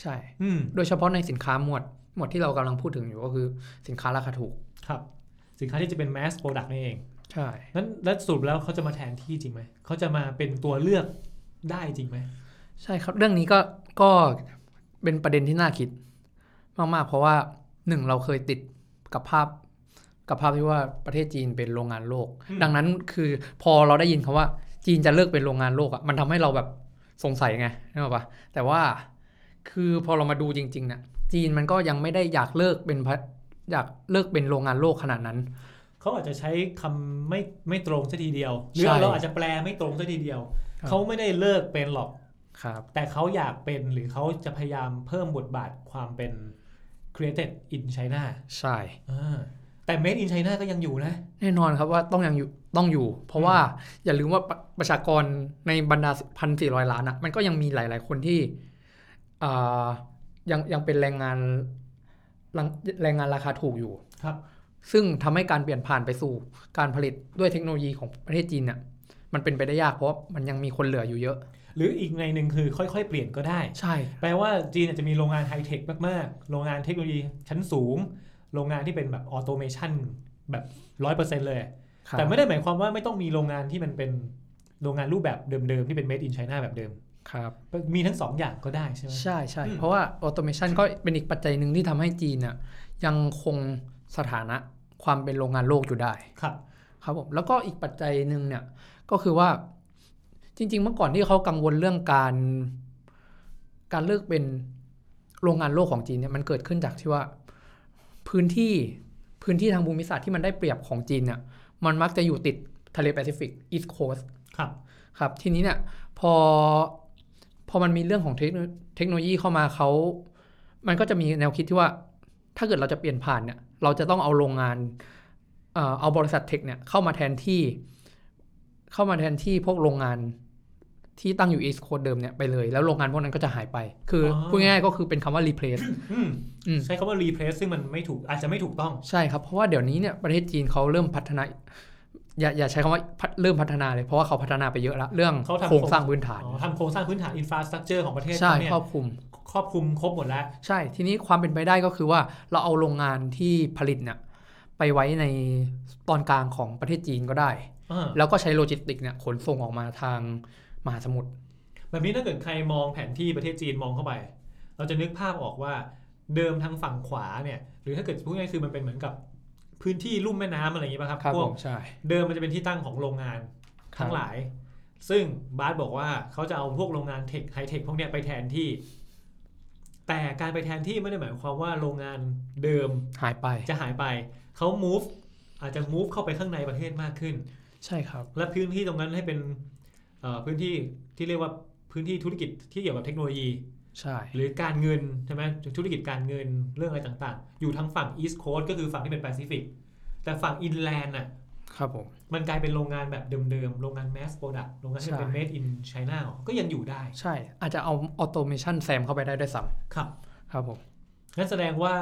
B: ใช่
C: อืม
B: โดยเฉพาะในสินค้าหมวด หมวดที่เรากำลังพูดถึงอยู่ก็คือสินค้าราคาถูก
C: ครับ สินค้าที่จะเป็น mass product นี่เอง
B: ใช่
C: นั้นแล้วสรุปแล้วเขาจะมาแทนที่จริงไหม เขาจะมาเป็นตัวเลือกได้จริงไหม
B: ใช่ครับเรื่องนี้ก็ก็เป็นประเด็นที่น่าคิด มากๆ เพราะว่าหนึ่งเราเคยติดกับภาพกับภาพที่ว่าประเทศจีนเป็นโรงงานโลก
C: อืม
B: ดังนั้นคือพอเราได้ยินคำว่าจีนจะเลิกเป็นโรงงานโลกอะ่ะมันทำให้เราแบบสงสัยไงนึกออกปะแต่ว่าคือพอเรามาดูจริงๆเนี่ยจีนมันก็ยังไม่ได้อยากเลิกเป็นพะอยากเลิกเป็นโรงงานโลกขนาดนั้น
C: เขาอาจจะใช้คำไม่ไม่ตรงซะทีเดียว หรือ
B: ใช่
C: เราอาจจะแปลไม่ตรงซะทีเดียว เขาไม่ได้เลิกเป็นหรอก
B: ครับ
C: แต่เขาอยากเป็นหรือเขาจะพยายามเพิ่มบทบาทความเป็น created in China
B: ใช่
C: อ่าแต่ made in China ก็ยังอยู่นะ
B: แน่นอนครับว่าต้องยังอยู่ต้องอยู่ เพราะว่าอย่าลืมว่าประประชากรในบรรดาพันสี่ร้อยล้านอะมันก็ยังมีหลาย ๆ คนที่อ่ายังยังเป็นแรงงานแรงแรงงานราคาถูกอยู่
C: ครับ
B: ซึ่งทำให้การเปลี่ยนผ่านไปสู่การผลิตด้วยเทคโนโลยีของประเทศจีนเนี่ยมันเป็นไปได้ยากเพราะมันยังมีคนเหลืออยู่เยอะ
C: หรืออีกในหนึ่งคือค่อยๆ เปลี่ยนก็ได้
B: ใช่
C: แปลว่าจีนอาจจะมีโรงงานไฮเทคมากๆ โรงงานเทคโนโลยีชั้นสูง โรงงานที่เป็นแบบออโตเมชันแบบร้อยเปอร์เซ็นต์เลย
B: ครับ
C: แต่ไม่ได้หมายความว่าไม่ต้องมีโรงงานที่มันเป็นโรงงานรูปแบบเดิมๆ ที่เป็น made in China แบบเดิม
B: ครับ
C: มีทั้งสองอย่างก็ได้ใช่ไหม
B: ใช่ใช่
C: อืม
B: เพราะว่าออโตเมชันก็เป็นอีกปัจจัยหนึ่งที่ทำให้จีนน่ะยังคงสถานะความเป็นโรงงานโลกอยู่ได้
C: ครับ
B: ครับผมแล้วก็อีกปัจจัยหนึ่งเนี่ยก็คือว่าจริง ๆ เมื่อก่อนที่เขากังวลเรื่องการ การเลิกเป็นโรงงานโลกของจีนเนี่ยมันเกิดขึ้นจากที่ว่าพื้นที่พื้นที่ทางภูมิศาสตร์ที่มันได้เปรียบของจีนเนี่ยมันมักจะอยู่ติดทะเลแปซิฟิกอีสต์โคส
C: ครับ
B: ครับทีนี้เนี่ยพอพอมันมีเรื่องของเทคโนเทคโนโลยีเข้ามาเขามันก็จะมีแนวคิดที่ว่า ถ้าเกิดเราจะเปลี่ยนผ่านเนี่ยเราจะต้องเอาโรงงานเอ่อเอาบริษัทเทคเนี่ยเข้ามาแทนที่ เข้ามาแทนที่พวกโรงงานที่ตั้งอยู่ East Coast เดิมเนี่ยไปเลย แล้วโรงงานพวกนั้นก็จะหายไป คืออ
C: อ
B: พูดง่ายๆก็คือเป็นคำว่า replace
C: อืม
B: อืม
C: ใช้คำว่า replace ซึ่งมันไม่ถูกอาจจะไม่ถูกต้อง
B: ใช่ครับ เพราะว่าเดี๋ยวนี้เนี่ยประเทศจีนเขาเริ่มพัฒนา อย่าอย่าใช้คำว่าพัฒเริ่มพัฒนาเลยเพราะว่าเขาพัฒนาไปเยอะละเรื่อง
C: เขาทำ
B: โครงสร้างพื้นฐาน
C: อ๋อทำโครงสร้างพื้นฐาน infrastructure ของประเทศ
B: ใช่
C: เขาเนี่ย
B: ครอบคลุม
C: ครอบคลุมครบหมดแล้ว
B: ใช่ ทีนี้ความเป็นไปได้ก็คือว่าเราเอาโรงงานที่ผลิตเนี่ยไปไว้ในตอนกลางของประเทศจีนก็ได้
C: อ่า
B: แล้วก็ใช้โลจิสติกส์เนี่ยขนส่งออกมาทางมหาสมุทร
C: แบบนี้ถ้าเกิดใครมองแผนที่ประเทศจีนมองเข้าไป เราจะนึกภาพออกว่าเดิมทางฝั่งขวาเนี่ย หรือถ้าเกิดพูดง่ายๆคือมันเป็นเหมือนกับพื้นที่ลุ่มแม่น้ำอะไรอย่างงี้ป่ะครับ
B: ครับ
C: พ
B: ผ
C: วก
B: มใช่
C: เดิมมันจะเป็นที่ตั้งของโรงงาน
B: ครับ
C: ทั้งหลาย ซึ่งบาสบอกว่าเขาจะเอาพวกโรงงานเทคไฮเทคพวกเนี้ยไปแทนที่ แต่การไปแทนที่ไม่ได้หมายความว่าโรงงานเดิม
B: หายไป
C: จะหายไปเขา move อาจจะ move เข้าไปข้างในประเทศมากขึ้น
B: ใช่ครับ
C: และพื้นที่ตรงนั้นให้เป็นเอ่อพื้นที่ที่เรียกว่าพื้นที่ธุรกิจที่เกี่ยวกับเทคโนโลยี
B: ใช่
C: หรือการเงินใช่ไหมธุรกิจการเงินเรื่องอะไรต่างๆ อยู่ทางฝั่ง East Coast ก็คือฝั่งที่เป็นแปซิฟิกแต่ฝั่ง Inland น่ะ
B: ครับผม
C: มันกลายเป็นโรงงานแบบเดิมๆ โรงงาน mass product โรงงานที่เป็น
B: ใช่
C: made in China ก็ยังอยู่ได้
B: ใช่ อาจจะเอาออโตเมชันแซมเข้าไปได้ด้วยซ้
C: ครับ
B: ำครับผม
C: งั้นแสดงว่า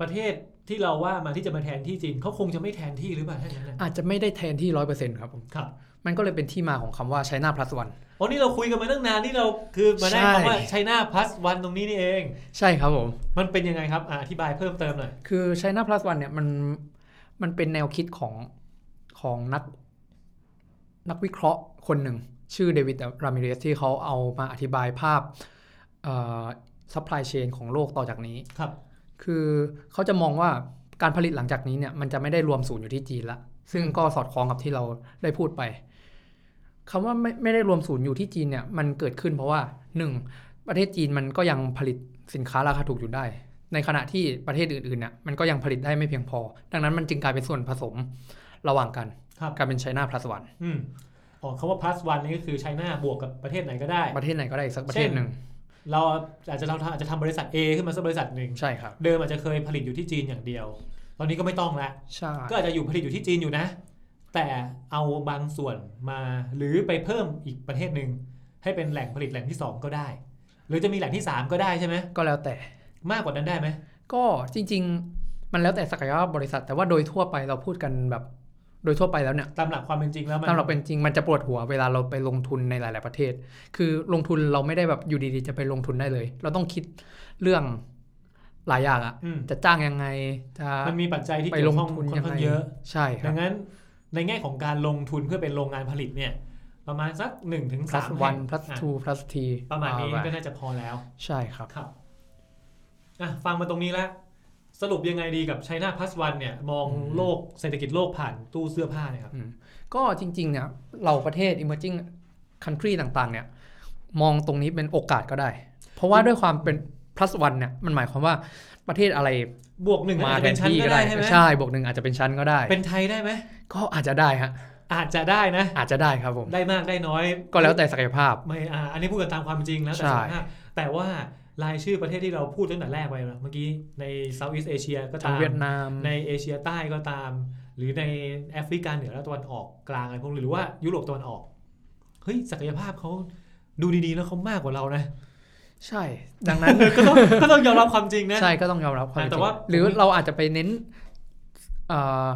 C: ประเทศที่เราว่ามาที่จะมาแทนที่จีนเขาคงจะไม่แทนที่หรือเปล่าถ้าอย่างนั้นนะ
B: อาจจะไม่ได้แทนที่ร้อยเปอร์เซ็นต์ครับผม
C: ครับ
B: มันก็เลยเป็นที่มาของคำว่า China Plus One
C: อ๋อนี่เราคุยกันมาตั้งนานนี่เราคือมาได้คำว่า China plus one ตรงนี้นี่เอง
B: ใช่ครับผม
C: มันเป็นยังไงครับอ่ะอธิบายเพิ่มเติมหน่อย
B: คือ China Plus One เนี่ยมัน มันเป็นแนวคิดของของนัก นักวิเคราะห์คนหนึ่ง ชื่อเดวิดรามิเรสที่เขาเอามาอธิบายภาพซัพพลายเชนของโลกต่อจากนี้
C: ครับ
B: คือเขาจะมองว่าการผลิตหลังจากนี้เนี่ยมันจะไม่ได้รวมศูนย์อยู่ที่จีนละ ซึ่งก็สอดคล้องกับที่เราได้พูดไปคำว่าไม่ไม่ได้รวมศูนย์อยู่ที่จีนเนี่ยมันเกิดขึ้นเพราะว่าหนึ่งประเทศจีนมันก็ยังผลิตสินค้าราคาถูกอยู่ได้ ในขณะที่ประเทศอื่นๆเนี่ยมันก็ยังผลิตได้ไม่เพียงพอ ดังนั้นมันจึงกลายเป็นส่วนผสมระหว่างกัน
C: ครับ
B: กลายเป็นไชน่าพลัสวัน
C: อืมอ๋อคำว่า plus one นี่ก็คือไชน่าบวกกับประเทศไหนก็ได้
B: ประเทศไหนก็ได้อีกสักประเทศหนึ่ง
C: เราอาจจะเราอาจจะทำบริษัท A ขึ้นมาสักบริษัทหนึ่ง
B: ใช่ครับ
C: เดิมอาจจะเคยผลิตอยู่ที่จีนอย่างเดียว ตอนนี้ก็ไม่ต้องละ
B: ใช่
C: ก็อาจจะอยู่ผลิตอยู่ที่จีนอยู่นะ แต่เอาบางส่วนมาหรือไปเพิ่มอีกประเทศหนึ่งให้เป็นแหล่งผลิตแหล่งที่สองก็ได้ หรือจะมีแหล่งที่สามก็ได้ใช่ไหม
B: ก็แล้วแต่
C: มากกว่านั้นได้ไหม
B: ก็จริงๆ มันแล้วแต่ศักยภาพบริษัท แต่ว่าโดยทั่วไปเราพูดกันแบบ โดยทั่วไปแล้วเนี่ย
C: ตามหลักความเป็นจริงแล้วมัน
B: ตามหลักเป็นจริงมันจะปวดหัวเวลาเราไปลงทุนในหลาย ๆประเทศ คือลงทุนเราไม่ได้แบบอยู่ดีๆ จะไปลงทุนได้เลย เราต้องคิดเรื่องหลายอย่างอะ
C: อืม
B: จะจ้างยังไงจะ
C: มันมีปัจจัยที่
B: ไป
C: เกี่ย
B: ล
C: ว
B: ง
C: ข้อง
B: ทุ
C: ค่
B: น
C: อน
B: ยัง
C: ข้า
B: ไง
C: งเยอะ
B: ใช่ครั
C: ดั
B: บ
C: งนั้นในแง่ของการลงทุนเพื่อเป็นโรงงานผลิตเนี่ย ประมาณสัก1นถึง
B: plus
C: สาม
B: one plus two plus three
C: ประมาณนี้
B: อ่
C: ก็น่าจะพอแล้ว
B: ใช่ครับ
C: ครับอ่ะฟังมาตรงนี้แล้ว สรุปยังไงดีกับ China Plus One เนี่ย มอง
B: อืม
C: โลกเศรษฐกิจโลกผ่านตู้เสื้อผ้าเนี่ยครับ
B: อืมก็จริงๆเนี่ยเราประเทศ emerging country ต่างๆ เนี่ย มองตรงนี้เป็นโอกาสก็ได้ เพราะว่าด้วยความเป็น plus one เนี่ยมันหมายความว่าประเทศอะไร
C: บวกหนึ่ง
B: มา
C: อาจจะ
B: แท
C: เป็น นชั้น
B: ที่
C: ก็
B: ก็
C: ได้
B: ได้
C: ใช่ไหม
B: ใช่บวกหนึ่งอาจจะเป็นชั้นก็ได้
C: เป็นไทยได้ไหม
B: ก็อาจจะได้ฮะ
C: อาจจะได้นะ
B: อาจจะได้ครับผม
C: ได้มากได้น้อย
B: ก็แล้วแต่ศักยภาพ
C: ไม่อ่าอันนี้พูดกันตามความจริงแล้วแต่
B: ใช่
C: สภาพแต่ว่ารายชื่อประเทศที่เราพูดตั้งแต่แรกไปเมื่อกี้ใน Southeast Asia ก็
B: ทาง
C: ตาม
B: เวียดนาม
C: ในเอเชียใต้ก็ตาม หรือในแอฟริกาเหนือและตะวันออกกลางอะไรพวกนี้หรือว่ายุโรปตะวันออกเฮ้ยศักยภาพเขาดูดีๆแล้วเขามากกว่าเรานะ
B: ใช่ ดังนั้น
C: ก็ต้องก็ต้องยอมรับความจริงนะ
B: ใช่ก็ต้องยอมรับความจริง
C: แต่ว่า
B: หรือ
C: ผม
B: เราอาจจะไปเน้นเอ่อ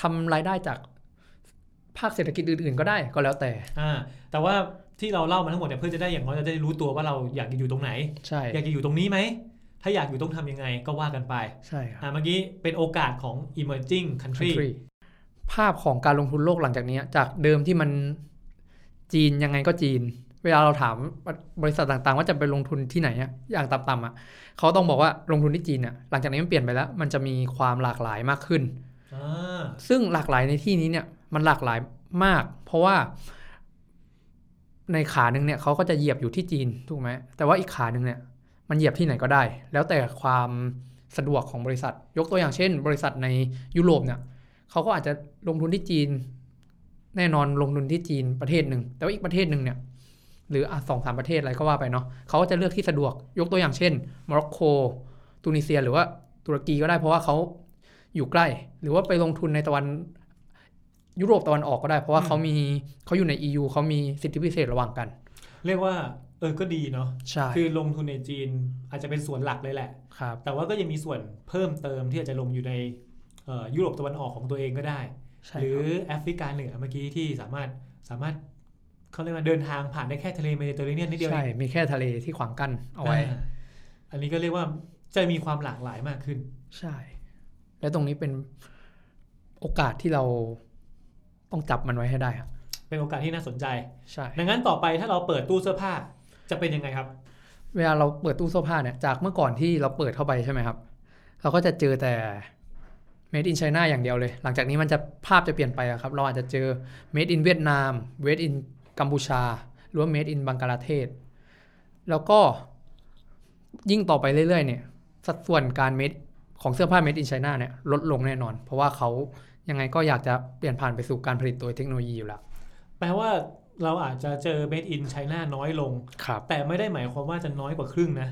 B: ทำรายได้จากภาคเศรษฐกิจอื่นๆ ก็ได้ก็แล้วแต่
C: อ่าแต่ว่าที่เราเล่ามาทั้งหมดเนี่ยเพื่อจะได้อย่างน้อยจะได้รู้ตัวว่าเราอยากจะอยู่ตรงไหน
B: ใช่
C: อยากจะอยู่ตรงนี้ไหม ถ้าอยากอยู่ต้องทำยังไงก็ว่ากันไป
B: ใช่ครับ
C: อ่าเมื่อกี้เป็นโอกาสของ emerging country
B: country ภาพของการลงทุนโลกหลังจากเนี้ยจากเดิมที่มันจีนยังไงก็จีน เวลาเราถามบริษัทต่างๆ ว่าจะไปลงทุนที่ไหนอะอย่างต่ำๆอ่ะเขาต้องบอกว่าลงทุนที่จีนเนี่ยหลังจากนี้มันเปลี่ยนไปแล้ว มันจะมีความหลากหลายมากขึ้น
C: อ่า
B: ซึ่งหลากหลายในที่นี้เนี่ยมันหลากหลายมาก เพราะว่าในขาหนึ่งเนี่ยเขาก็จะเหยียบอยู่ที่จีนถูกไหมแต่ว่าอีกขาหนึ่งเนี่ยมันเหยียบที่ไหนก็ได้ แล้วแต่ความสะดวกของบริษัท ยกตัวอย่างเช่น บริษัทในยุโรปเนี่ยเขาก็อาจจะลงทุนที่จีน แน่นอนลงทุนที่จีนประเทศหนึ่งแต่ว่าอีกประเทศหนึ่งเนี่ยหรืออ่ะสองสามประเทศอะไรก็ว่าไปเนาะเขาก็จะเลือกที่สะดวก ยกตัวอย่างเช่นโมร็อกโกตุนิเซียหรือว่าตุรกีก็ได้เพราะว่าเขา อยู่ใกล้ หรือว่าไปลงทุนในตะวันยุโรปตะวันออกก็ได้ เพราะว่าเขามีเขาอยู่ใน EU เขามีสิทธิพิเศษระหว่างกัน
C: เรียกว่าเออก็ดีเนาะ
B: ใช่
C: คือลงทุนในจีนอาจจะเป็นส่วนหลักเลยแหละ
B: ครับ
C: แต่ว่าก็ยังมีส่วนเพิ่มเติมที่อาจจะลงอยู่ในเอ่อยุโรปตะวันออกของตัวเองก็ได้
B: ใช่
C: หรื
B: ค
C: อ
B: รับ
C: แอฟริกาเหนือเมื่อกี้ที่สามารถสามารถเขาเรียกว่าเดินทางผ่านได้แค่ทะเลเมดิเตอร์เรเนียนนิดเดียว
B: ใช่
C: เอง
B: มีแค่ทะเลที่ขวางกั้นเอาไว้
C: าอันนี้ก็เรียกว่าจะมีความหลากหลายมากขึ้น
B: ใช่ และตรงนี้เป็นโอกาสที่เราต้องจับมันไว้ให้ได้ครับ
C: เป็นโอกาสที่น่าสนใจ
B: ใช่
C: ดังนั้นต่อไปถ้าเราเปิดตู้เสื้อผ้าจะเป็นยังไงครับ
B: เวลาเราเปิดตู้เสื้อผ้าเนี่ย จากเมื่อก่อนที่เราเปิดเข้าไปใช่ไหมครับ เราก็จะเจอแต่ made in China อย่างเดียวเลย หลังจากนี้มันจะภาพจะเปลี่ยนไปอะครับ เราอาจจะเจอ made in เวียดนาม made in กัมพูชา หรือว่า made in บังกลาเทศ แล้วก็ยิ่งต่อไปเรื่อยๆเนี่ย สัดส่วนการ made ของเสื้อผ้า made in China เนี่ยลดลงแน่นอน เพราะว่าเขายังไงก็อยากจะเปลี่ยนผ่านไปสู่การผลิตโดยเทคโนโลยีอยู่แล้ว
C: แปลว่าเราอาจจะเจอ made in China น้อยลง
B: ครับ
C: แต่ไม่ได้หมายความว่าจะน้อยกว่าครึ่งนะ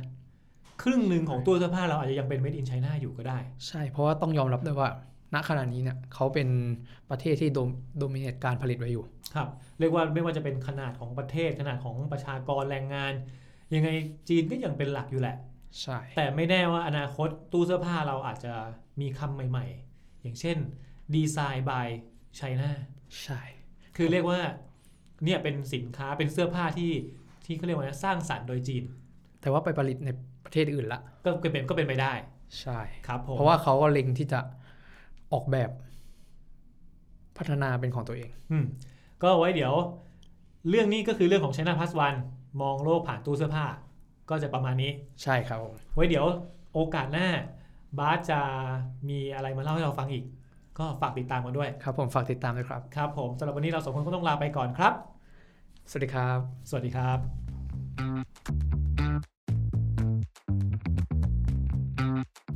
C: ครึ่งหนึ่งของตู้เสื้อผ้าเราอาจจะยังเป็น made in China อยู่ก็ได้
B: ใช่ เพราะว่าต้องยอมรับด้วยว่า ณ ขณะนี้เนี่ยเขาเป็นประเทศที่โดมโดมิเนตการผลิตไว้อยู่
C: ครับเรียกว่าไม่ว่าจะเป็นขนาดของประเทศขนาดของประชากรแรงงาน ยังไงจีนก็ยังเป็นหลักอยู่ แหละ
B: ใช่
C: แต่ไม่แน่ว่าอนาคตตู้เสื้อผ้าเราอาจจะมีคำใหม่ๆ อย่างเช่นดีไซน์บายไชน่า
B: ใช่
C: คือเรียกว่าเนี่ยเป็นสินค้าเป็นเสื้อผ้าที่ที่เขาเรียกว่านะสร้างสรรค์โดยจีน
B: แต่ว่าไปผลิตในประเทศอื่นละ
C: ก็เป็นก็เป็นไปได้
B: ใช่
C: ครับผม
B: เพราะว่าเขาก็เล็งที่จะออกแบบ พัฒนาเป็นของตัวเอง
C: อืมก็ไว้เดี๋ยว เรื่องนี้ก็คือเรื่องของ China Plus One มองโลกผ่านตู้เสื้อผ้า ก็จะประมาณนี้
B: ใช่ครับผม
C: ไว้เดี๋ยวโอกาสหน้า บาสจะมีอะไรมาเล่าให้เราฟังอีก ก็ฝากติดตามกันด้วย
B: ครับผมฝากติดตามด้วยครับ
C: ครับผมสำหรับวันนี้เราสองคนก็ต้องลาไปก่อนครับ
B: สวัสดีครับ
C: สวัสดีครับ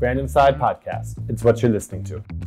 A: Brand Inside Podcast. It's what you're listening to.